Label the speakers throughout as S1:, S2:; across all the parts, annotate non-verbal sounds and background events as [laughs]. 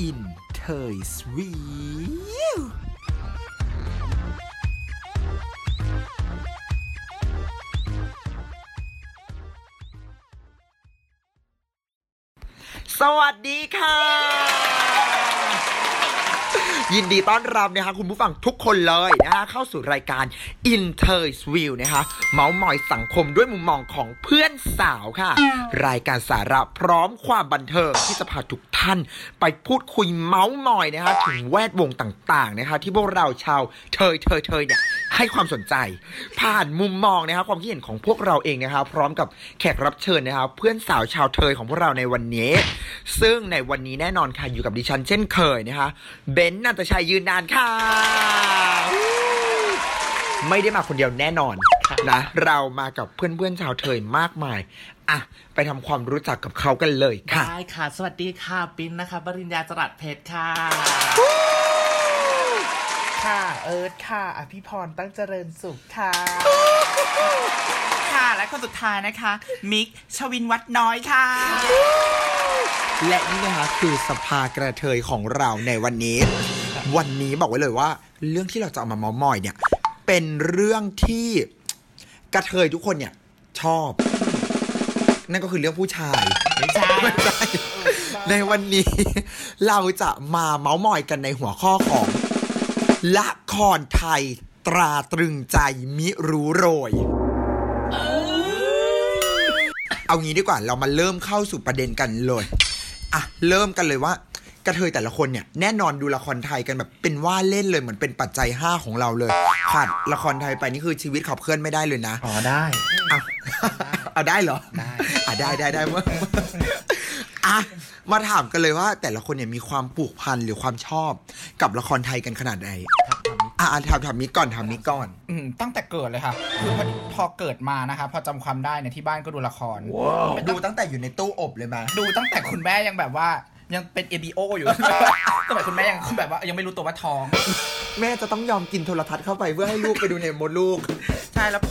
S1: อินเทยสวีว สวัสดีค่ะ ยินดีต้อนรับนะคะคุณผู้ฟังทุกคนเลยนะคะเข้าสู่รายการ i n t e r v i e w นะคะเมาส์มอยสังคมด้วยมุมมองของเพื่อนสาวค่ะ รายการสาระพร้อมความบันเทิงที่จะพาทุกท่าน ไปพูดคุยเมาส์มอยนะคะถึงแวดวงต่างๆนะคะ ที่พวกเราชาวเทยเทยเทยเนี่ยให้ความสนใจ ผ่านมุมมองนะคะความคิดเห็นของพวกเราเองนะคะพร้อมกับแขกรับเชิญนะคะเพื่อนสาวชาวเทยของพวกเราในวันนี้ ซึ่งในวันนี้แน่นอนค่ะอยู่กับดิฉันเช่นเคยนะคะเบนซ์นันตชัยยืนนานค่ะ ไม่ได้มาคนเดียวแน่นอนนะ เรามากับเพื่อนๆชาวเทยมากมาย อ่ะ ไปทำความรู้จักกับเขากันเลยค่ะ
S2: ได้ค่ะ สวัสดีค่ะ ปิ๊นนะคะ ปริญญาจรัสเพชรค่ะ
S3: ค่ะ เอิร์ธค่ะ อภิพรตั้งเจริญสุขค่ะ
S4: ค่ะ และคนสุดท้ายนะคะ มิก ชวินวัดน้อยค่ะ
S1: และนี่นะคะคือสภากระเทยของเราในวันนี้ วันนี้บอกไว้เลยว่า เรื่องที่เราจะเอามาเมอมอยเนี่ย เป็นเรื่องที่กระเทยทุกคนเนี่ย ชอบ นั่นก็คือเรื่องผู้ชาย
S2: ไม่ใช่
S1: ไม่ใช่ในวันนี้ เราจะมาเมาส์มอยกันในหัวข้อของ ละครไทยตราตรึงใจมิรู้โรย เอางี้ดีกว่าเรามาเริ่มเข้าสู่ประเด็นกันเลย อ่ะ เริ่มกันเลยว่า กระเทยแต่ละคนเนี่ย แน่นอนดูละครไทยกันแบบเป็นว่าเล่นเลยเหมือนเป็นปัจจัย 5 ของเราเลยขาดละครไทยไปนี่คือชีวิตขับเคลื่อนไม่ได้เลยนะ
S2: อ๋อได้
S1: เอาเอาได้เหรอ
S2: ได้
S1: อ่ะได้ได้ได้เมื่ออ่ะมาถามกันเลยว่า แต่ละคนเนี่ยมีความผูกพันหรือความชอบกับละครไทยกันขนาดไหน อ่ะอ่ะถามถามมิกก่อนถามมิกก่อน
S4: อืม ตั้งแต่เกิดเลยค่ะ คือพอพอเกิดมานะคะ พอจำความได้เนี่ยที่บ้านก็ดูละคร
S1: ดูตั้งแต่อยู่ในตู้อบเลยมา
S4: ดูตั้งแต่คุณแม่ยังแบบว่ายังเป็นเอ o โออยู่ [laughs] สมัยคุณแม่ยังแบบว่ายังไม่รู้ตัวว่าท้อง
S1: แม่จะต้องยอมกินโทรทัศน์เข้าไปเพื่อให้ลูกไปดูในมดลูก
S4: ใช่แล้ว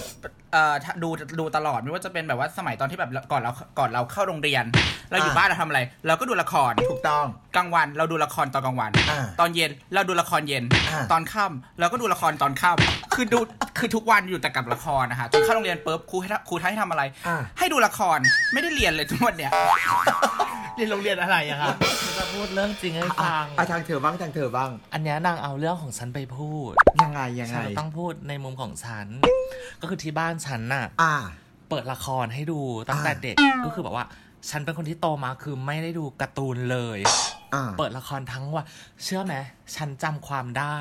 S4: เอ่อถ้าดูดูตลอดไม่ว่าจะเป็นแบบว่าสมัยตอนที่แบบก่อนเราก่อนเราเข้าโรงเรียน เราอยู่
S1: อ่า
S4: บ้านเราทำอะไร เราก็ดูละคร
S1: ถูกต้อง
S4: กลางวันเราดูละครตอนกลางวัน
S1: อ่า
S4: ตอนเย็นเราดูละครเย็น
S1: อ่า
S4: ตอนค่ำเราก็ดูละครตอนค่ำคือดูคือทุกวันอยู่แต่กับละครนะคะจนเข้าโรงเรียนปุ๊บครูให้ทำครูให้ทำอะไร
S1: อ่ะ
S4: ให้ดูละครไม่ได้เรียนเลยทุกวันเนี่ย
S2: เรียนโรงเรียนอะไรอะคะฉันจะพูดเรื่องจริงให้
S1: อ่ะ
S2: ฟัง
S1: อ่ะทางเธอบ้างทางเธอบ้าง
S2: อันเนี้ยนางเอาเรื่องของฉันไปพูด
S1: ยังไงยังไง
S2: ฉันต้องพูดในมุมของฉัน ก็คือที่บ้านฉันน่ะ
S1: อ่ะ
S2: เปิดละครให้ดูตั้งแต่
S1: อ่า
S2: เด็ก ก็คือแบบว่า ฉันเป็นคนที่โตมาคือไม่ได้ดูการ์ตูนเลย
S1: อ่ะ
S2: เปิดละครทั้งวันเชื่อไหมฉันจำความได้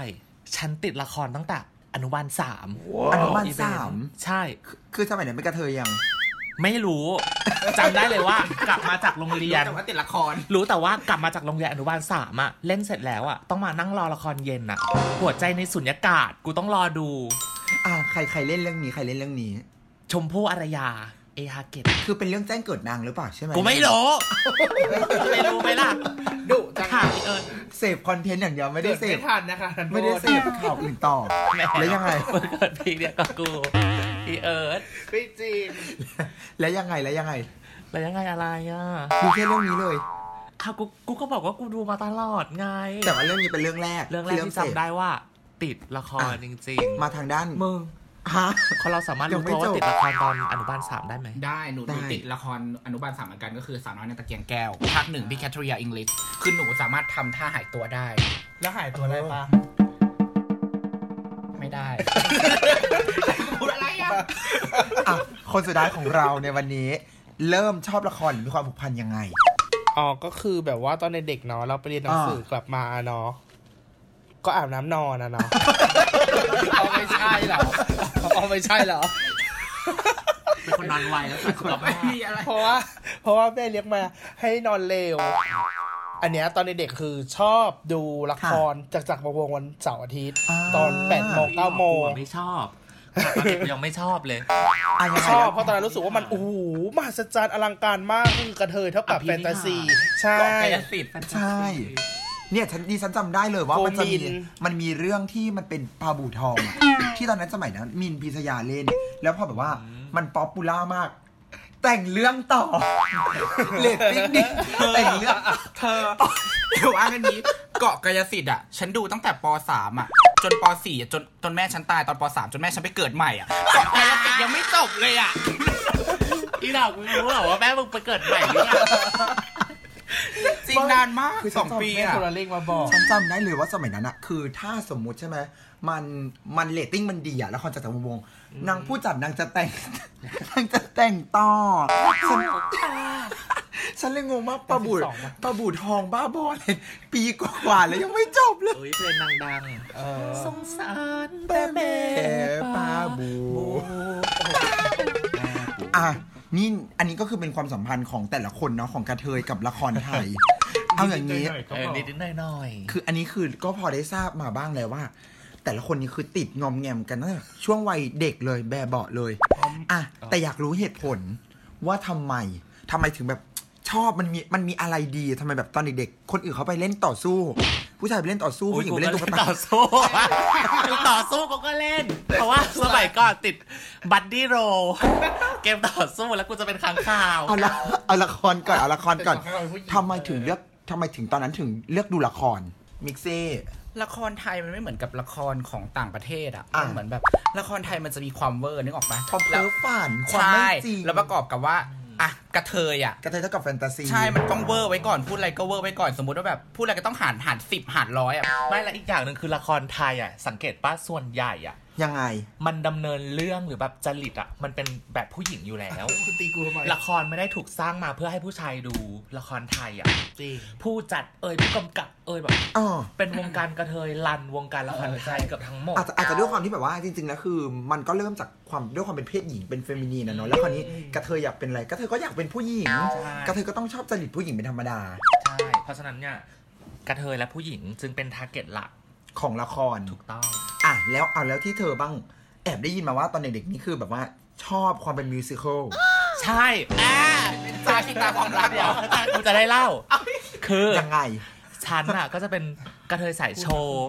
S2: ฉันติดละครตั้งแต่อนุบาลสาม
S1: อนุบาล
S2: อีเวนต์
S1: สาม
S2: ใช่
S1: คือสมัยไหนไม่กระเทยยัง
S2: ไม่รู้ จำได้เลยว่ากลับมาจากโรงเรียน
S4: แต่ว่าติดละคร
S2: รู้แต่ว่ากลับมาจากโรงเรียนอนุบาลสามอะเล่นเสร็จแล้วอะต้องมานั่งรอละครเย็นอะหัวใจในสุญญากาศกูต้องรอดู
S1: อ่ะใครใครเล่นเรื่องนี้ใครเล่นเรื่องนี้
S2: ชมพู่อารยา เอฮาเกต
S1: คือเป็นเรื่องแจ้งเกิดนางหรือเปล่าใช่ไหม
S2: กูไม่รู้ไม่รู้ไหมล่ะ
S4: ดุ
S2: ค่ะพี่เอิญ
S1: เสพคอนเทนต์อย่างเดียวไม่ได้เสพ
S4: ทันนะคะ
S1: ไม่ได้เสพข่าวอื่นต่อ แล้วยังไง
S2: มันเกิดพี่เดียวกับกูพี่เอิร์ธ
S4: ไม่จริง
S1: แล้วยังไงแล้วยังไง
S2: แล้วยังไงอะไรอะ
S1: ดูแค่เรื่องนี้เลย
S2: ค่ะกูกูก็บอกว่ากูดูมาตลอดไง
S1: แต่ว่าเรื่องนี้เป็นเรื่องแรก
S2: เรื่องแรกที่จำได้ว่า ติดละครจริง
S1: มาทางด้าน
S2: ๆมึง
S1: ฮะ
S2: คนเราสามารถ
S1: ยั
S2: รู้
S1: งไม่
S2: ตัวว่า
S1: จบ
S2: ติดละครตอนอนุบาลสามได้ไหม
S4: ได้หนู
S1: ได้
S4: ดูติดละครอนุบาลสามเหมือนกันก็คือสาวน้อยในตะเกียงแก้วภาคหนึ่งพี่แคทรียอิงลิชคือหนูสามารถทำท่าหายตัวได้
S3: แล้วหายตัวอะไรปะ
S4: ไม่ได้ พูดอะไรอ่ะ
S1: อ่ะคนสุดท้ายของเราในวันนี้ เริ่มชอบละครหรือมีความผูกพันยังไง
S5: อ๋อ ก็คือแบบว่าตอนเด็กๆเนาะเราไปเรียนหนังสือ
S1: อ่าก
S5: ลับมาเนาะก็อาบน้ำนอนอะเนาะ
S2: [laughs]
S4: เอาไม่ใช่หรอ
S5: อ๋อไม่ใช่เหรอ
S2: เป็นคนนอนไวแล้วสุด
S4: ไม่มีอะไร
S5: [laughs] เพราะว่า เพราะว่าแม่เลี้ยงมาให้นอนเร็ว อันเนี้ยตอนเด็กๆคือชอบดูละครจากจักรวงศ์วันเสาร์อาทิตย์
S1: อ่า
S5: ตอน8ปดโมงเก้าโมง
S2: ไม่ชอบตอนเด็กกูยังไม่ชอบเลย
S1: อ่ะยังไง
S5: ชอบเพราะตอนนั้นรู้สึกว่ามันโอ้โหมหัศจรรย์อลังการมากก็คือกระเทยเท่ากับแฟนตาซีใช่
S4: กายสิทธิ์
S1: ใช่ เนี่ยฉันดิฉันจำได้เลยว่ามันจะมี
S5: โกมิน
S1: มันมีเรื่องที่มันเป็นปลาบูทองอะที่ตอนนั้นสมัยนั้นมินพิชยาเล่น แล้วพอแบบว่ามันป๊อปปูล่ามาก แต่งเรื่องต่อ
S4: เลตติ้งดิเธอเลือกเธอเดี๋ยวว่ากันนี้เกาะกายสิทธิ์อ่ะ ฉันดูตั้งแต่ปสามอ่ะ จนปสี่อะจนจนแม่ฉันตายตอนปสามจนแม่ฉันไปเกิดใหม่อ่ะเกาะกายสิทธิ์ยังไม่จบเลยอ่ะ
S2: อีดอกมึงรู้เหรอว่าแม่มึงไปเกิดใหม่หรือเปล่า
S4: จริงนานมาก
S5: คือ
S4: ส
S5: ฉัน
S4: อง
S5: จำ
S4: ปี
S5: ให้
S4: อ่ะ
S5: คนละเลขมาบอก
S1: ฉันจำได้เลยว่าสมัยนั้นอะคือถ้าสมมุติใช่ไหมมันมันเลตติ้งมันดีอะละครจักรจักรวงศ์นางผู้จัดนางจะแต่ง นางจะแต่งต่อฉันฉันเลยงงมากปะบูด
S5: ตอนที่สองอะ
S1: ปะบูดทองบ้าบอเลยปีกว่าๆแล้วยังไม่จบเลย
S2: เอ้ยเพลงดัง
S5: เออ
S2: ๆสงสาร
S1: แม่แม่ป้าบูอ่ะนี่อันนี้ก็คือเป็นความสัมพันธ์ของแต่ละคนเนาะของกระเทยกับละครไทย เอาอย่างนี้
S2: เออนิดๆหน่อยๆ
S1: คืออันนี้คือก็พอได้ทราบมาบ้างแล้วว่า แต่ละคนนี่คือติดงอมแงมกันตั้งแต่ช่วงวัยเด็กเลยแบบเบาะเลยอ่ะแต่อยากรู้เหตุผลว่าทำไมทำไมถึงแบบชอบมันมีมันมีอะไรดีทำไมแบบตอนเด็กๆคนอื่นเขาไปเล่นต่อสู้ ผู้ชายไปเล่นต่อสู้ผู้หญิงไปเล่นตุ๊กตา
S2: ต่อสู้ [laughs] ต่อสู้กูก็เล่น เพราะว่าสมัยก่อนติดบัดดี้โรเกมต่อสู้แล้วกูจะเป็นค้างคาว
S1: เอาละเอาละครก่อนเอาละครก่อน
S5: แต่ของเราเป็นผู้หญิง
S1: ทำไมถึงเลือกทำไมถึงตอนนั้นถึงเลือกดูละครมิกเซ่
S4: ละครไทยมันไม่เหมือนกับละครของต่างประเทศอ่ะ
S1: อ่ะ
S4: มันเหมือนแบบละครไทยมันจะมีความเวอร์นึกออกไหม
S1: ความ
S4: แล้
S1: เพ้
S4: ว
S1: อฝันความ
S4: ใช่
S1: ไม่จริง
S4: แล้วประกอบกับว่าอ่ะกระเทยอ่ะ
S1: กระเทยเท่ากับแฟนตาซี
S4: ใช่ มันต้องเวอร์ไว้ก่อน พูดอะไรก็เวอร์ไว้ก่อน สมมติว่าแบบ พูดอะไรก็ต้องหารหารสิบหารร้อยอ่ะ
S2: ไม่และอีกอย่างหนึ่งคือละครไทยอ่ะ สังเกตป้าส่วนใหญ่อ่ะ
S1: ยังไง
S2: มันดำเนินเรื่องหรือแบบจริตอ่ะ มันเป็นแบบผู้หญิงอยู่แล้ว
S5: คุณตีกูทำไม
S2: ละครไม่ได้ถูกสร้างมาเพื่อให้ผู้ชายดูละครไทยอ่ะ
S5: จริง
S2: ผู้จัดเอ่ยผู้กำกับเอ่ยแบบ
S1: อ๋อ
S2: เป็นวงการกระเทยลันวงการละครไทยเกับทั้งหมด
S1: อาจจะอาจจะด้วยความที่แบบว่าจริงๆแล้วคือมันก็เริ่มจากความด้วยความเป็นเพศหญิงเป็นเฟมินีนอะเนาะแล้วคราวนี้กระเทยอยากเป็นอะไรกระเทยก็อยากเป็นผู้หญิง
S2: ใช่
S1: กระเทยก็ต้องชอบจริตผู้หญิงเป็นธรรมดา
S2: ใช่ เพราะฉะนั้นเนี่ยกระเทยและผู้หญิงจึงเป็นทาร์เก็ตหลัก
S1: ของละคร
S2: ถูกต้อง
S1: อ่ะแล้วเอาแล้วที่เธอบ้างแอบได้ยินมาว่าตอนเด็กๆนี่คือแบบว่าชอบความเป็นมิวสิควล
S2: ใช่อ่า
S4: ตาขี้ตาความรักเหรอ
S2: กูจะได้เล่า คือ
S1: ยังไง
S2: ฉันอ่ะก็จะเป็นกระเทยสายโชว์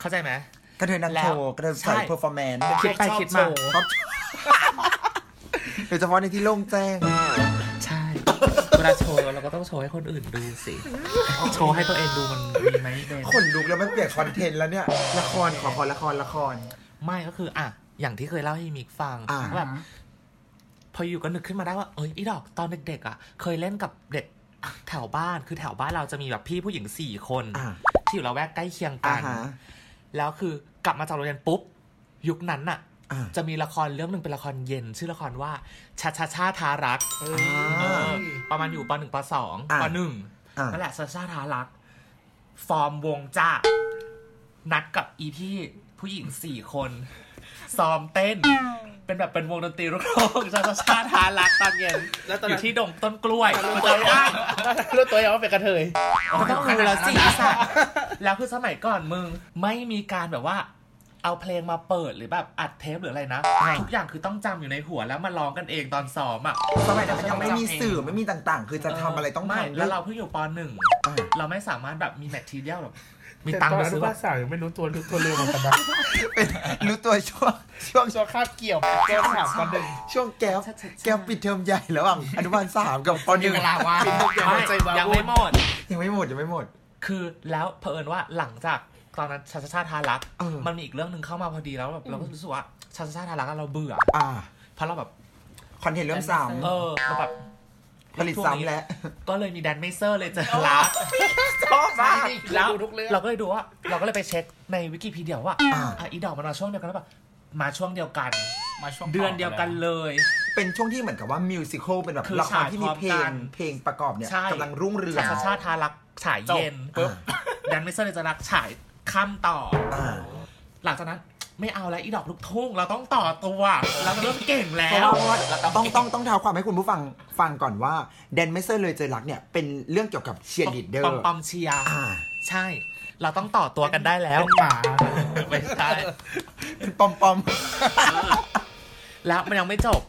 S2: เข้าใจไหม
S1: กระเทยนัก
S2: แล้
S1: โช
S2: ว
S1: ว์กระเทย
S2: ใช่
S1: ใส่เพอร์ฟอร์แมนซ์
S2: คิดไป
S5: ชอบ
S2: คิดมา
S5: โชว์
S1: ชอบโดยเฉพาะในที่โล่งแจ้ง
S2: ใช่เวลาโชว์เราก็ต้องโชว์ให้คนอื่นดูสิ โชว์ให้ตัวเองดูมันมีไหมเบน
S1: ขนลุกแล้วมันเปลี่ยนคอนเทนต์แล้วเนี่ยละครขอขอละครละคร
S2: ไม่ก็คืออ่ะ อย่างที่เคยเล่าให้มิกฟัง
S1: อ่า
S2: ว่าแบบพออยู่ก็นึกขึ้นมาได้ว่าเอ้ยอีดอกตอนเด็กๆอ่ะ เคยเล่นกับเด็กแถวบ้านคือแถวบ้านเราจะมีแบบพี่ผู้หญิงสี่คน
S1: อ่ะ
S2: ที่อยู่ละแวกใกล้เคียง
S1: อ่า
S2: กัน
S1: ฮะ
S2: แล้วคือกลับมาจากโรงเรียนปุ๊บ ยุคนั้นน่ะ
S1: อ่า
S2: จะมีละครเรื่องหนึ่งเป็นละครเย็น ชื่อละครว่าชาชาชาทารักเออประมาณอยู่ปหนึ่งปสอง
S1: อ่ะ
S2: ปหนึ่ง
S1: อ่ะ
S2: นั่นแหละชาชาทารัก ฟอร์มวงจ้านัดกับอีพี่ผู้หญิงสี่คนซ้อมเต้น เป็นแบบเป็นวงดนตรีลูกโลกชาชาชาทารักตอนเย็น
S5: แล้วตอน
S2: อ
S5: นั้น
S2: ยู่ที่ดงต้นกล้วยจำได้
S5: รู้ตัวเองว่าเป็นกระเทย
S2: ก็ต้องรู้แล้วสิไอ้สัตว์แล้วคือสมัยก่อนมึงไม่มีการแบบว่า เอาเพลงมาเปิดหรือแบบอัดเทปหรืออะไรนะ ทุกอย่างคือต้องจำอยู่ในหัวแล้วมาร้องกันเองตอนซ้อมอ่ะ
S1: สมัยนั้นมันยังไม่มีสื่อไม่มีต่างๆ คือจะทำอะไรต้อง
S2: ไม่
S1: ทำ
S2: แล้วเราเพิ่งอยู่ปหนึ่ง
S1: อ่ะ
S2: เราไม่สามารถแบบมีแมททีเดียลแบบมี
S5: แต่
S2: ตังค์
S5: ตอน
S2: ไป
S5: อ
S2: ซื้อบ
S5: นุา
S2: แบ
S5: ล
S2: บ
S5: สามยังไม่รู้ตัวรู้ตัวเร็วเหมือนกันนะ
S1: เป็นรู้ตัวช่วงช่วง
S5: ชัวคาบเกี่ยวเจ้าถามกันหนึ่ง
S1: ช่วงแก๊ปแก๊ปปิดเทอมใหญ่ระหว่างอนุบาลสามกับปห
S4: มี
S1: นึ่ง
S4: เวลาว่าง
S2: ไม่ยังไม่หมด
S1: ยังไม่หมดยังไม่หมด
S2: คือแล้วเผอิญว่าหลังจากตอนนั้นชาชาชาทารัก
S1: เออ
S2: มันมีอีกเรื่องหนึ่งเข้ามาพอดีแล้วแบบเราก็รู้สึกว่าชาชาชาทารักอะเราเบื่อ
S1: อ่า
S2: เพราะเราแบบ
S1: คอนเทนต์เริ่มสาม
S2: เออเราแบบ
S1: ผลิตซ้ำแล้ว
S2: ก็เลยมีแดนเมเซอร์เลยเจอรับ
S5: ชอบมาก
S2: แล้
S5: แล้ว
S2: ว
S5: ทุกเรื่อง
S2: เราก็เลยดูว่า เราก็เลยไปเช็คในวิกิพีเดียว่า
S1: อ่า
S2: อ่ะอีดอกมันมาช่วงเดียวกันหรือเปล่ามาช่วงเดียวกัน
S4: มาช่วง
S2: เดือนเดียวกันเลย
S1: เป็นช่วงที่เหมือนกับว่ามิวสิควลเป็นแบบ
S2: คือ
S1: ละครที่มีเพล
S2: ฉายพร้อมกั
S1: ง
S2: น
S1: เพลงประกอบเนี่ย
S2: ใช่
S1: กำลังรุ่งเรือง
S2: ชาชาทารักฉายเย็นปุ๊บแดนเมเซอร์เลยจะรักฉายค่ำต่อ
S1: อ่า
S2: หลังจากนั้นไม่เอาแล้วอีดอกลูกทุ่งเราต้องต่อตัวเราเริ่มเก่งแล้
S1: เพ
S2: ว
S1: ราะว่าต้องต้องต้องเท้าความให้คุณผู้ฟังฟังก่อนว่าแดนเมเซอร์เลยเจอรักเนี่ยเป็นเรื่องเกี่ยวกับเชียร์ลีดเดอ
S2: ปอม
S1: ร์
S2: ปอมเชียร์
S1: อ่า
S2: ใช่ เราต้องต่อตัวกันได้แล้ว
S5: เป็นหมา
S2: ไม่ใช่
S1: เป็นปอมปอม
S2: แล้วมันยังไม่จบ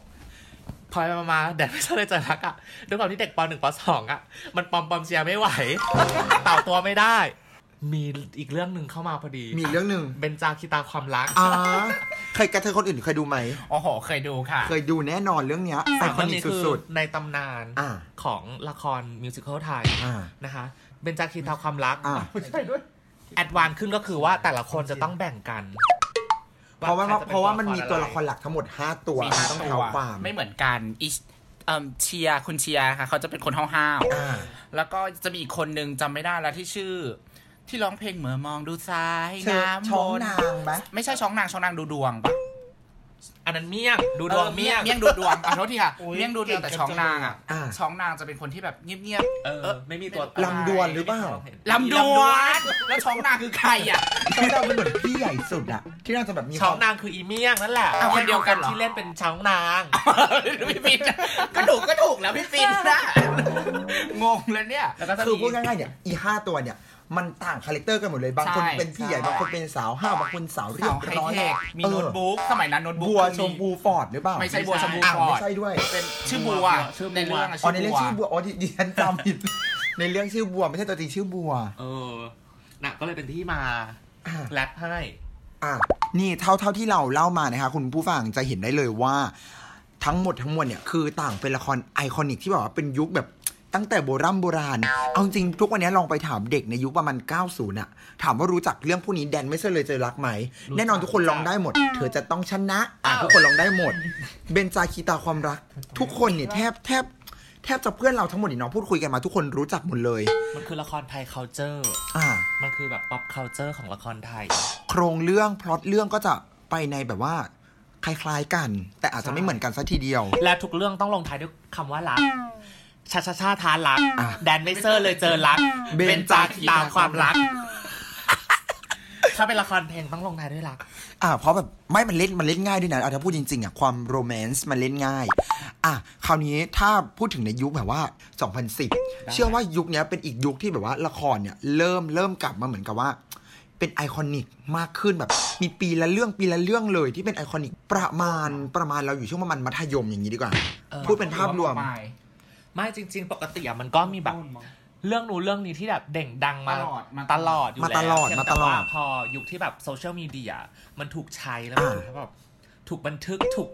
S2: พอไปมามาแดดไม่ชอบเลยจะรักอ่ะด้วยความที่เด็กปหนึ่งปสองอ่ะ มันปอมปอมเชียร์ไม่ไหว ต่อตัวไม่ได้ มีอีกเรื่องหนึ่งเข้ามาพอดี
S1: มีเรื่องหนึ่ง
S2: เบนจาคีตาความรัก
S1: อ่าเคยกระเทยคนอื่นเคยดูไหม
S4: โอ้โห เคยดูค่ะ
S1: เคยดูแน่นอนเรื่องเนี้ยไอคอนิก
S2: คื
S1: สุด
S2: ในตำนาน
S1: อ่า
S2: ของละครมิวสิควลไทย
S1: อ่า
S2: นะคะเบนจาคีตาความรัก
S1: ๆอ่า
S5: ไม่ใช่ด้วย
S2: แอดวานขึ้นก็คือว่าแต่ละคนจะต้องแบ่งกัน
S1: เพราะว่า
S2: ใคจป็
S1: เพราะว่ามันมีตัวละคร
S2: อไ
S1: หลักทั้งหมด 5 ตัว
S4: มีห้า
S1: ต้อง
S4: ตั
S1: เท้าว ความ
S4: ไม่เหมือนกันอีเอิ่มเชียร์คุณเชียร์ค่ะ เขาจะเป็นคนห้าว
S1: อ่า
S4: ๆแล้วก็จะมีอีกคนหนึ่งจำไม่ได้แล้วที่ชื่อ ที่ร้องเพลงเหมือมองดูซ้าย
S1: เชิญ
S4: น้ำ
S1: ช้อง
S4: ม
S1: นาน
S4: ต์
S1: งไหม
S4: ไม่ใช่ช้องนางช้องนางดูดวงปะ
S2: อันนั้นเมี่ยง ดูดวง
S4: ออ
S2: เมี่ยง
S4: เมี่ยงดูดว [laughs] งอ่ะโทษทีค่ะ
S5: โอ้ย
S4: เมี่ยงดูดวงแต่
S5: เก่งจัง
S4: ช้องนางอ่ะ
S1: อ่า
S4: ช้องนางจะเป็นคนที่แบบเงียบๆ
S2: เออ ไม่มีตัวตาย
S1: ลำดวนหรือเปล่า
S4: ลำดวน แล้วช้องนางคือใคร [laughs] อ่ะ
S1: ช้องนางเป็นเหมือนพี่ใหญ่สุดอะที่น่าจะแบบมี
S2: ช้อ
S1: ค
S2: ง
S1: วาม
S2: นางคืออีเมี่ยงนั่นแหละ
S4: อ้าวคนเดียวกันเหรอ
S2: ที่เล่นเป็นช้องนาง
S4: พี่ฟินก็ถูกก็ถูกแล้วพี่ฟินนะงงแล้วเนี่ย
S2: แล้วก็จะ
S1: คือ
S2: มี
S1: พูดง่ายๆเนี่ยอีห้าตัวเนี่ย มันต่างคาแรคเตอร์กันหมดเลยบางคน
S4: ใช่
S1: เป็นพี่ใหญ่
S4: ใช่
S1: บางคนเป็นสาวห้าวบางคนสาวเรีย
S4: สา
S1: บ
S4: วไฮ
S1: ร้อย
S4: เทคมี
S1: เออ
S4: โน้ตบุ๊กสมัยนั้นโน้ตบุ๊ก
S1: บัว
S4: คือ
S1: ชมพูฟอร์ดหรือเปล่า
S4: ไม่ใช่บัวชมพู
S1: อ่ะ
S4: ฟอ
S1: ไม่
S4: ร์ด
S1: ใช่ด้วย
S4: เป็นชื่อบัว
S2: ชื่อบัว
S4: ในเรื่องอะ
S1: อ๋อ
S4: ชื่
S1: ใน
S4: อ
S1: เรื่อง
S4: บัว
S1: ชื่อบัวอ๋อดิดิฉันจำผิด [laughs] ในเรื่องชื่อบัวไม่ใช่ตัวจริงชื่อบัว
S2: เออน่ะก็เลยเป็นที่มา
S1: อ่า
S2: แรปให้
S1: อ่ะนี่เท่าเท่าที่เราเล่ามานะคะคุณผู้ฟังจะเห็นได้เลยว่า ทั้งหมดทั้งมวลเนี่ยคือต่างเป็นละครไอคอนิกที่แบบว่าเป็นยุคแบบตั้งแต่โบรำโบราณ เอาจริงๆทุกวันนี้ลองไปถามเด็กในยุคประมาณ 90น่ะ ถามว่ารู้จักเรื่องพวกนี้แดนไม่ใช่เลยเจอรักไหม
S2: รู้จัก
S1: แน่นอนทุกคนลองได้หมด เธอจะต้องชนะ
S2: [laughs]
S1: อ่ะทุกคนลองได้หมด เบนจาคีตาความรัก ทุกคนเนี่ยแทบแทบแทบจะเพื่อนเราทั้งหมดนี่เนาะพูดคุยกันมาทุกคนรู้จักหมดเลย
S2: มันคือละครไทย culture
S1: อ่า
S2: มันคือแบบ pop culture ของละครไทย
S1: โครงเรื่องพล็อตเรื่องก็จะไปในแบบว่า คล้ายๆกัน แต่อาจจะไม่เหมือนกันซะทีเดียว
S2: และทุกเรื่องต้องลงท้ายด้วยคำว่ารักชาชาชาทานรัก
S1: อ่ะ
S2: แดนเวเซอร์เลยเจอรัก
S1: เบนจาคีตา
S2: ตาความรัก ถ้าเป็นละครเพลงต้องลงท้ายด้วยรัก
S1: อ่าเพราะแบบไม่มันเล่นมันเล่นง่ายด้วยนะอ่ะถ้าพูดจริงๆอ่ะความโรแมนต์มันเล่นง่าย อ่ะคราวนี้ถ้าพูดถึงในยุคแบบว่า 2010 เชื่อว่ายุคเนี้ยเป็นอีกยุคที่แบบว่าละครเนี่ยเริ่มเริ่มกลับมาเหมือนกับว่า เป็นไอคอนิกมากขึ้นแบบ มีปีละเรื่องปีละเรื่องเลยที่เป็นไอคอนิกประมาณประมาณเราอยู่ช่วงประมาณมัธยมอย่างนี้ดีกว่า
S2: เออ
S1: พูดเป็นภาพรวม
S2: ไม่จริง ๆ ปกติอะมันก็มีแบบ เรื่องนู้นเรื่องนี้ที่แบบเด่งดังมา
S4: ตลอดมา
S2: ตลอดอยู่
S1: มา
S2: แล้ว
S1: ตลอด
S2: เพียง
S1: มา
S2: แ
S1: ตลอด
S2: ว่พอยุคที่แบบโซเชียลมีเดียมันถูกใช้แล้วมัน
S1: อ่า
S2: ถูกแบบถูกบันทึกถูก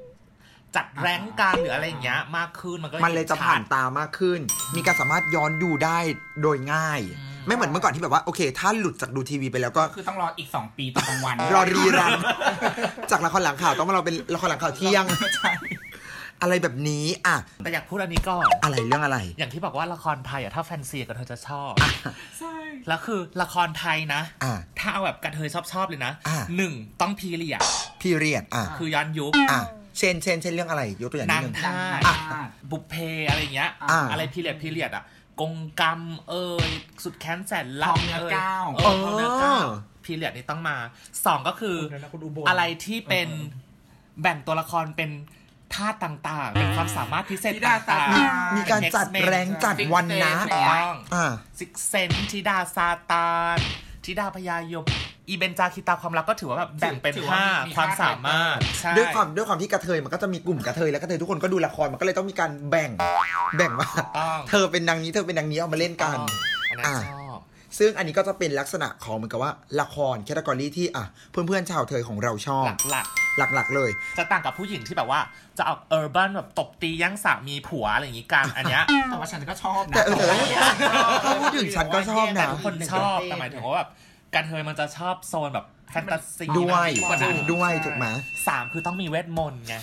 S2: จัดแรงค์การหรืออะไรอย่างเงี้ย มากขึ้นมันก็
S1: มันเลยจะผ่านตามากขึ้น มีการสามารถย้อนดูได้โดยง่าย ไม่เหมือนเมื่อก่อนที่แบบว่าโอเค ถ้าหลุดจากดูทีวีไปแล้วก็ [laughs]
S4: คือต้องรออีก 2 ปีตอนกลางวัน
S1: รอรีรัน [laughs] จากละครหลังข่าวต้องมาเราเป็นละครหลังข่าวเที่ยง
S4: ใช่
S1: [laughs] อะไรแบบนี้อ่ะ
S2: แต่อยากพูดอันนี้ก่อน
S1: อะไรเรื่องอะไร
S2: อย่างที่บอกว่าละครไทยอะถ้าแฟนซีกับเธอจะชอบแล้วคือละครไทยนะ
S1: อ่า
S2: ถ้าเอาแบบกระเทยชอบชอบๆเลยนะ
S1: อ่า
S2: หนึ่งต้องพีเรียด
S1: พี่เรียดอ่ะ
S2: คือย้อนยุค
S1: อ่ะเช่นเช่นเช่นเรื่องอะไรยกตัวอย่างนิดนึง
S2: นางทา
S4: อ่ะ
S2: บุพเพอะไรอย่างเงี้ย
S1: อ่า
S2: อะไรพีเรียดพีเรียดอะกงกรรมเอ่ยสุดแค้นแสนรั
S4: ทองเนื้อเก้า
S2: เออทองเนื้อเก้าพีเรียดนี่ต้องมาสองก็คือ
S5: เดี๋ยวนะคุณอุบล
S2: อะไรที่เป็นแบ่งตัวละครเป็นท่าสต่างๆ เป็นความสามารถพิเศษ
S4: ธิดา
S2: ต่าง
S4: ซาตาน
S2: ๆ
S1: มีการจัดแรงจัดวันนะ
S2: ถูกต้อง
S1: อ่า
S2: ซิกเซนธิดาซาตานธิดาพยายม อีเบนจาคิตาความรักก็ถือว่าแบบแบ่งเป็น
S4: ถือว่า
S2: ห้า
S4: มี
S2: ความ
S4: ห้า
S2: สามารถใช่
S1: ด้วยความด้วยความที่กระเทยมันก็จะมีกลุ่มกระเทยแล้วกระเทยทุกคนก็ดูละครมันก็เลยต้องมีการแบ่งแบ่งว่า
S2: ต้อง
S1: เธอเป็นนางนี้เธอเป็นนางนี้เอามาเล่นกัน
S2: อันนั้น
S1: อ่า
S2: ชอบ
S1: ซึ่งอันนี้ก็จะเป็นลักษณะของเหมือนกับว่าละครแคตตากรีที่อ่ะเพื่อนๆชาวเทยของเราชอบ
S2: หลัก
S1: หลักๆเลย
S2: ๆ จะต่างกับผู้หญิงที่แบบว่าจะออกเออร์บนแบบตบตียั่งสามีผัวอะไรอย่างงี้กัน อัน
S1: [laughs]
S2: เนี้ย
S4: แต่ว่าฉันก็ชอบนะ
S1: แต่เออแต่ถ้าพูดถึงฉันก็ชอบ
S2: แต่
S1: นะ
S2: ทุกคนชอบ
S1: [laughs]
S2: แต่หมายถึงว่าแบบการเทยมันจะชอบโซนแบบแฟนตาซี
S1: ด้วย
S2: มากกว่านั้น
S1: ด้วยถูกไหม
S2: สามคือต้องมีเวทมนต์ไง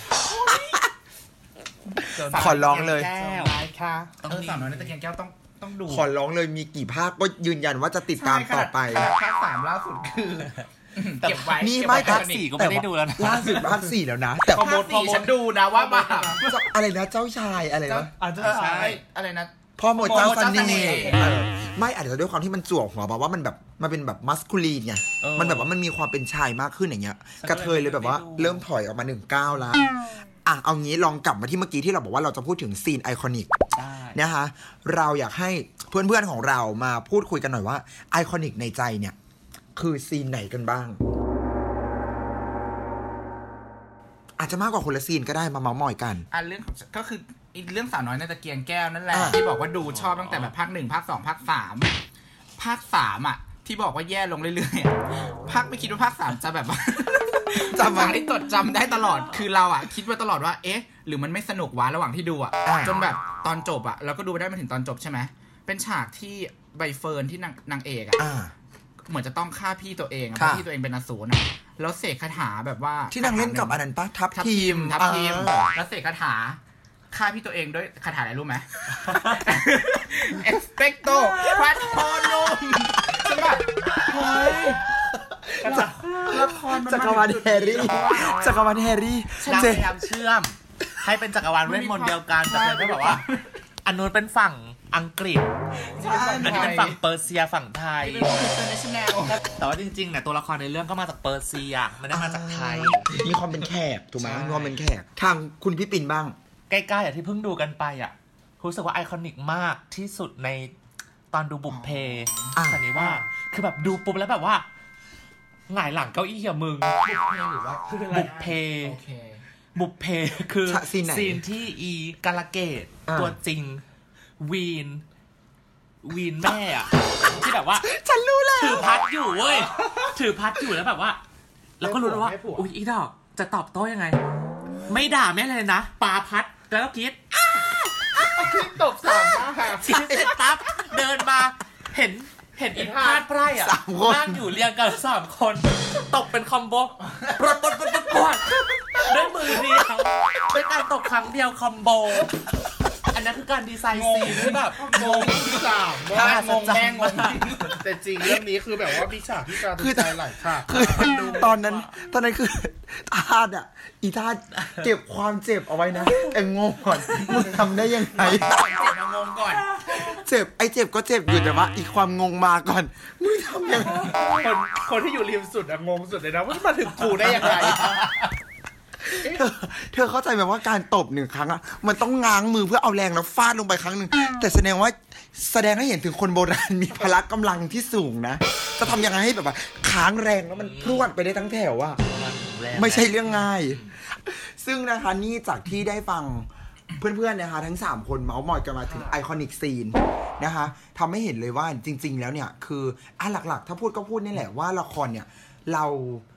S1: ขอร้องเลย
S2: แก้ว
S5: ได้ค่ะ
S4: เออสามน้อยในตะเกียงแก้วต้องต้องดู
S1: ขอร้องเลยมีกี่ภาคก็ยืนยันว่าจะติดตามต่อไป
S4: ใช่ขนาดขนาดภาคสามล่าสุดคือ [laughs] เก็บไว้
S1: นี่
S4: เก็บ
S1: ไม่
S4: ว้
S1: ภา
S2: ภา
S1: ค
S2: ค
S1: สี่
S2: สี่ก็ไม่ได้ดูแล้วนะ
S1: ล่าสุดภาคสี่แล้วนะ แต่
S4: ภาคสี่ฉันดูนะว่าแบบ
S1: อะไรนะเจ้าชายอะไรนะ
S4: เออใช่อะไรนะ
S1: พ่อหมดเจ้าเสน่ห์
S4: เออ
S1: ไม่อาจจะด้วยความที่มันจั่วหัวแบบว่ามันแบบมันเป็นแบบมัสคูลีนไง
S2: เออ
S1: มันแบบว่ามันมีความเป็นชายมากขึ้นอย่างเงี้ย
S2: ฉัน
S1: กระเท
S2: ก็เลย
S1: ยเลยแบบว่า
S2: ไม่ดู
S1: เริ่มถอยออกมาหนึ่งก้าวละอ่ะเอางี้ลองกลับมาที่เมื่อกี้ที่เราบอกว่าเราจะพูดถึงซีนไอคอนิก
S2: ได้
S1: นะคะเราอยากให้เพื่อนๆของเรามาพูดคุยกันหน่อยว่าไอคอนิกในใจเนี่ย คือซีนไหนกันบ้าง อาจจะมากกว่าคนละซีนก็ได้มาเมาส์มอยกัน
S4: อันเรื่องของก็คืออีกเรื่องสาวน้อยในตะเกียงแก้วนั่นแหละ
S1: อ่า
S4: ที่บอกว่าดูชอบตั้งแต่แบบภาคหนึ่งภาคสองภาคสามภาคสามอ่ะ ท ที่บอกว่าแย่ลงเรื่อยๆอะภาคไม่คิดว่าภาคสามจะแบบว่า [laughs] จำภาคที่จดจำได้ตลอด คือเราอ่ะ คิดไว้ตลอดว่า เอ๊ะ หรือมันไม่สนุกวะระหว่างที่ดูอ่ะ
S1: อ่า
S4: จนแบบตอนจบอ่ะ เราก็ดูไปได้มาถึงตอนจบใช่ไหม เป็นฉากที่ใบเฟิร์นที่นางนางเอกอ่ะ
S1: อ่า
S4: เหมือนจะต้องฆ่าพี่ตัวเองอะเพ
S1: ค่ะ
S4: ราะพี่ตัวเองเป็นอสูรนะแล้วเสกคาถาแบบว่า
S1: ที่นางเล่นกับอันนั้นปะทับ
S4: ทับ
S1: ที
S4: ที
S1: ม
S4: มทับทีม
S1: อ่า
S4: แล้วเสกคาถาฆ่าพี่ตัวเองด้วยคาถาอะไร
S1: [laughs]
S4: รู้ไหม เอ็กซ์เปกโตพัดโพนุมฉันแบบเฮ้ยละครมัน
S1: จักรวาลแฮร์รี่ จักรวาลแฮร์รี่
S2: นาง
S1: เจ
S2: พยายามเชื่อม ให้เป็นจักรวาลเวทมนต์เดียวกันแต่เธอก็แบบว่า อันนู้นเป็นฝั่งอังกฤษ อันนี้เป็นฝั่งเปอร์เซียฝั่งไทย แต่ว่าจริงๆเนี่ยตัวละครในเรื่องก็มาจากเปอร์เซียไมันได้มาจากไทย
S1: มีความเป็นแคบถูกไหมมีความเป็นแคบทางคุณพี่ปิ่นบ้าง
S2: ใกล้ๆอ่ะที่เพิ่งดูกันไปอ่ะรู้สึกว่าไอคอนิกมากที่สุดในตอนดูบุกเพ
S1: อ่ะ
S2: สันนิว่าสคือแบบดูปุ๊บแล้วแบบว่าหงายหลังเก้าอี้อะมึง บุกเพ
S4: โอเค
S2: บุพเพคือ
S1: ฉะซีนไหน
S2: นที่อีกาลเกต
S1: อ่า
S2: ตัวจริง วีน วีนแม่อะที่แบบว่า
S1: ฉันรู้แล้ว
S2: ถือพัดอยู่เว้ย ถือพัดอยู่แล้วแบบว่า แล้วก็รู้แล้วว่า
S5: ไม่ผัว
S2: อุ๊ยอีดอก จะตอบโต้ยังไง ไม่ด่าแม่เลยนะปาพัดแล้วก็กรีด [laughs] อ้า
S5: ตกสามมากค่ะ
S2: กรีดเสร็จปั๊บเดินมา เห็นเห็นอีพาดไพร่อะ
S1: สามคน
S2: นั่งอยู่เรียงกันสามคน ตกเป็นคอมโบปรดปรดปรดปรดปรดด้วยมือเดียวเป็นการตกครั้งเดียวคอมโบ อันนั้นคือการดีไซน์ซีนที่แบบ
S5: งงที่สาม
S2: ถ้า
S5: ว่าก
S2: งงแม่งงง
S5: [laughs] แต่จริงเรื่องนี้คือแบบว่ามีฉากที่การ
S1: คือ
S5: ใจหลายฉาก
S1: คือตอนนั้น ตอนนั้นคือทาดอ่ะ อีทาดเก็บความเจ็บเอาไว้นะแต่งงก่อนมึงทำได้ยังไง
S4: เจ็บมางงก่อน
S1: เจ็บ ไอ้เจ็บก็เจ็บอยู่แต่ว่า อีความงงมาก่อน มึงทำยังไง
S5: คนคนที่อยู่ริมสุดอะงงสุดเลยนะว่ามาถึงกูได้ยังไง
S1: เธอเธอเข้าใจไหมว่าการตบหนึ่งครั้งอะมันต้องง้างมือเพื่อเอาแรงแล้วฟาดลงไปครั้งหนึ่งแต่แสดงว่าแสดงให้เห็นถึงคนโบราณ มีพละกำลังที่สูงนะ จะทำยังไงให้แบบว่าค้างแรงแล้วมันพรวดไปได้ทั้งแถวอะไม่ใช่เรื่องง่าย ซึ่งนะคะนี่จากที่ได้ฟังเพื่อนๆนะคะ ทั้ง 3 คนเมาส์มอยกันมาถึงไอคอนิกซีนนะคะทำให้เห็นเลยว่าจริง ๆ แล้วเนี่ย คืออ่ะหลักๆ ถ้าพูดก็พูดนี่แหละว่าละครเนี่ย เรา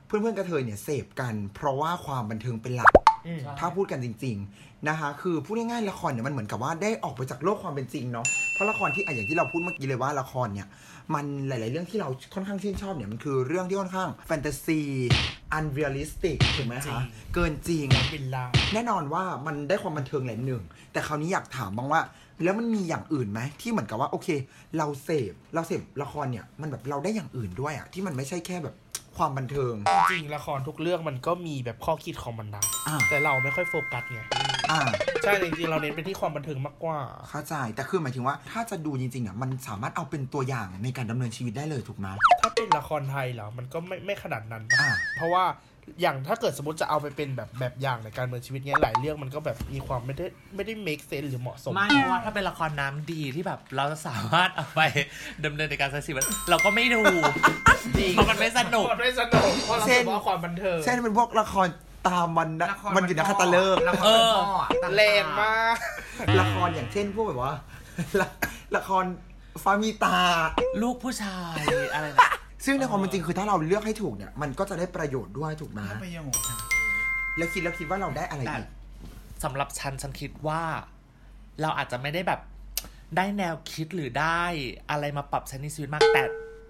S1: เพื่อนๆกระเทยเนี่ยเสพกัน เพราะว่าความบันเทิงเป็นหลัก ถ้าพูดกันจริง ๆ นะคะ คือพูดง่ายๆละครเนี่ยมันเหมือนกับว่าได้ออกไปจากโลกความเป็นจริงเนาะ เพราะละครที่อ่ะอย่างที่เราพูดเมื่อกี้เลยว่าละครเนี่ย มันหลาย ๆ เรื่องที่เราค่อนข้างชื่นชอบเนี่ยมันคือเรื่องที่ค่อนข้างแฟนตาซี อันเรียลลิสติกถูกไหมคะ เกินจริง
S5: เป็นลาง
S1: แน่นอนว่ามันได้ความบันเทิงแหละหนึ่ง แต่คราวนี้อยากถามบ้างว่า แล้วมันมีอย่างอื่นไหมที่เหมือนกับว่าโอเค เราเสพเราเสพละครเนี่ยมันแบบเราได้อย่างอื่นด้วยอะที่มันไม่ใช่แค่แบบความบันเทิง
S5: จริงละครทุกเรื่องมันก็มีแบบข้อคิดของมันนะ
S1: อ่า
S5: แต่เราไม่ค่อยโฟกัสไง
S1: อ่า
S5: ใช่แต่จริงๆเราเน้นไปที่ความบันเทิงมากกว่า
S1: เข้าใจ แต่คือหมายถึงว่าถ้าจะดูจริงๆอ่ะมันสามารถเอาเป็นตัวอย่างในการดำเนินชีวิตได้เลยถูกไหม
S5: ถ้าเป็นละครไทยเหรอ มันก็ไม่ไม่ขนาดนั้นปะ
S1: อ่า
S5: เพราะว่าอย่างถ้าเกิดสมมติจะเอาไปเป็นแบบแบบอย่างในการดำเมืองชีวิตเนี้ยหลายเรื่องมันก็แบบมีความไม่ได้ไม่ได้ make sense หรือเหมาะสม
S2: ไม่เพราะว่าถ้าเป็นละครน้ำดีที่แบบเราจะสามารถเอาไปดำเนินในการใช้ชีวิตเราก็ไม่ดูเพราะมันไม่สนุก
S5: มันไม่สนุกเพราะเรา
S1: เช่น
S5: จะว่าความบันเทิง
S1: เช่นเป็นพวกละครตามวันนะ
S4: ละคร
S1: มันอยู่ในคาตาเลิกษ์
S4: ละคร
S2: เออ
S4: มันพ่ออะตาม
S5: แรงมาก
S1: ละครอย่างเช่นพวกแบบว่า [laughs] ละละครฟามีตา
S2: ลูกผู้ชายอะไรนะ
S1: ซึ่งในความเป็นจริงคือถ้าเราเลือกให้ถูกเนี่ย มันก็จะได้ประโยชน์ด้วยถูกไหม
S4: ประโยชน์
S1: แล้วคิดแล้วคิดว่าเราได้อะไร
S2: แต่
S1: อีก
S2: สำหรับฉันฉันคิดว่า เราอาจจะไม่ได้แบบได้แนวคิดหรือได้อะไรมาปรับใช้ในชีวิตมาก แต่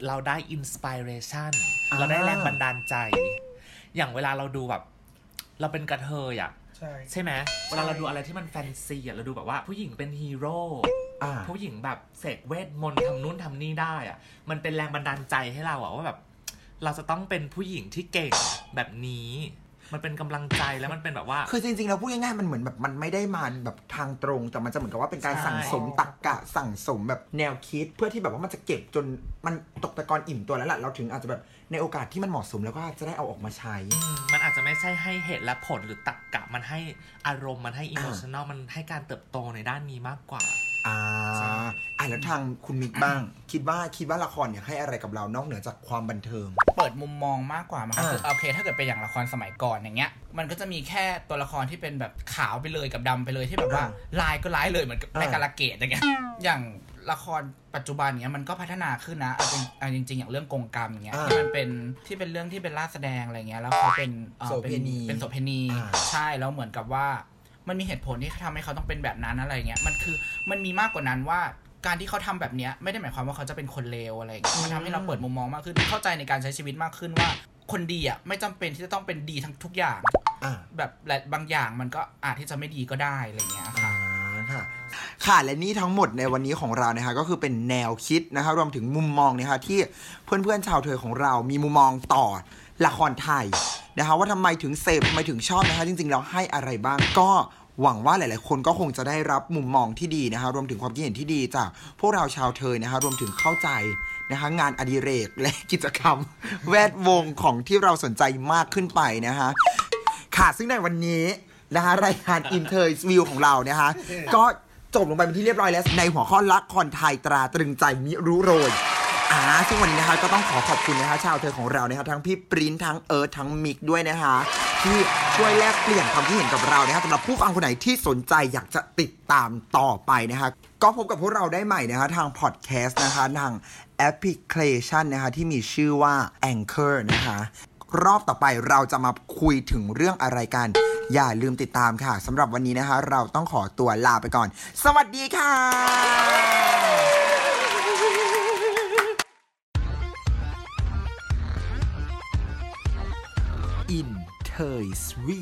S2: เราได้อินสปิเรชัน
S1: อ่า
S2: เราได้แรงบันดาลใจ อย่างเวลาเราดูแบบ เราเป็นกระเทยอ่ะ
S5: ใช่
S2: ใช่ไหมเวลาเราดูอะไรที่มันแฟนซีอ่ะเราดูแบบว่าผู้หญิงเป็นฮีโร่
S1: อ่า
S2: ผู้หญิงแบบเสกเวทมนต์ทำนู่นทำนี่ได้อะมันเป็นแรงบันดาลใจให้เราอะว่าแบบ เราจะต้องเป็นผู้หญิงที่เก่งแบบนี้ มันเป็นกำลังใจแล้วมันเป็นแบบว่า
S1: คือจริงๆเราพูดง่ายๆมันเหมือนแบบมันไม่ได้มาแบบทางตรง แต่มันจะเหมือนกับว่าเป็นการ
S2: ใช่
S1: สั่งสมตักกะสั่งสมแบบแนวคิด เพื่อที่แบบว่ามันจะเก็บจนมันตกตะกอนอิ่มตัวแล้วล่ะเราถึงอาจจะแบบในโอกาสที่มันเหมาะสมแล้วก็จะได้เอาออกมาใช้
S2: อืมมันอาจจะไม่ใช่ให้เหตุและผลหรือตักกะมันให้อารมณ์มันให้อิ o มชัน a ลมันให้การเติบโตในด้านนี้มากกว่า
S1: อ่า
S2: ใช่
S1: อ่ะแล้วทางคุณมิกบ้าง คิดว่าคิดว่าละครเนี่ยให้อะไรกับเรานอกเหนือจากความบันเทิง
S4: เปิดมุมมองมากกว่ามั้งคะ
S1: อ่า
S4: คือโอเคถ้าเกิดเป็นอย่างละครสมัยก่อนอย่างเงี้ย มันก็จะมีแค่ตัวละครที่เป็นแบบขาวไปเลยกับดำไปเลยที่แบบว่า
S1: อ่า
S4: ลายก็ร้ายเลยเหมือนกับ
S1: อ่า
S4: ในการะเกดอย่างเงี้ยอย่าง ละครปัจจุบันเนี้ยมันก็พัฒนาขึ้นนะเอาจริงเอาจริงๆ อย่างเรื่องกงกรรมเนี้ย
S6: อ่า
S4: ที่มันเป็นที่เป็นเรื่องที่เป็นล่าแสดงอะไรเงี้ยแล้วเขาเป็นอ่อ
S6: โสเภณี
S4: ป็เป็นโสเภณี
S6: อ่า
S4: ใช่แล้วเหมือนกับว่า มันมีเหตุผลที่ทำให้เขาต้องเป็นแบบนั้นอะไรเงี้ยมันคือมันมีมากกว่านั้นว่าการที่เขาทำแบบเนี้ยไม่ได้หมายความว่าเขาจะเป็นคนเลวอะไรเงี้ยมันทำให้เราเปิดมุมมองมากขึ้นเข้าใจในการใช้ชีวิตมากขึ้นว่า คนดีอ่ะไม่จำเป็นที่จะต้องเป็นดีทั้งทุกอย่าง
S6: อ่า
S4: แบบและบางอย่างมันก็อาจที่จะไม่ดีก็ได้อะไรเงี้ยค่ะ
S6: อ่าค่ะ
S1: ค่ะและนี่ทั้งหมดในวันนี้ของเรานะคะก็คือเป็นแนวคิดนะคะรวมถึงมุมมองนะคะที่เพื่อนๆชาวเธอของเรามีมุมมองต่อละครไทยนะคะว่าทำไมถึงเสพทำไมถึงชอบนะคะจริงๆแล้วให้อะไรบ้างก็หวังว่าหลายๆ คนก็คงจะได้รับมุมมองที่ดีนะคะรวมถึงความคิดเห็นที่ดีจากพวกเราชาวเธอนะคะรวมถึงเข้าใจนะคะงานอดิเรกและกิจกรรม แวดวงของที่เราสนใจมากขึ้นไปนะคะ ค่ะ ซึ่งในวันนี้นะคะรายการ อินเทอร์วิวของเรานะคะก็จบลงไปเป็นที่เรียบร้อยแล้ว ในหัวข้อลักคอนไทยตราตรึงใจมิรู้โรยอ่าซึ่งวันนี้นะคะก็ต้องขอขอบคุณนะคะชาวเธอของเรานะคะทั้งพี่ปริ้นท์ทั้งเอิร์ธทั้งมิกด้วยนะคะ ที่ช่วยแลกเปลี่ยนความคิดเห็นกับเรานะคะสำหรับผู้ฟังคนไหนที่สนใจอยากจะติดตามต่อไปนะคะก็พบกับพวกเราได้ใหม่นะคะทางพอดแคสต์นะคะทางแอปพลิเคชันนะคะที่มีชื่อว่า Anchor นะคะ รอบต่อไปเราจะมาคุยถึงเรื่องอะไรกัน อย่าลืมติดตามค่ะสำหรับวันนี้นะคะ เราต้องขอตัวลาไปก่อน สวัสดีค่ะอินเทอร์สวี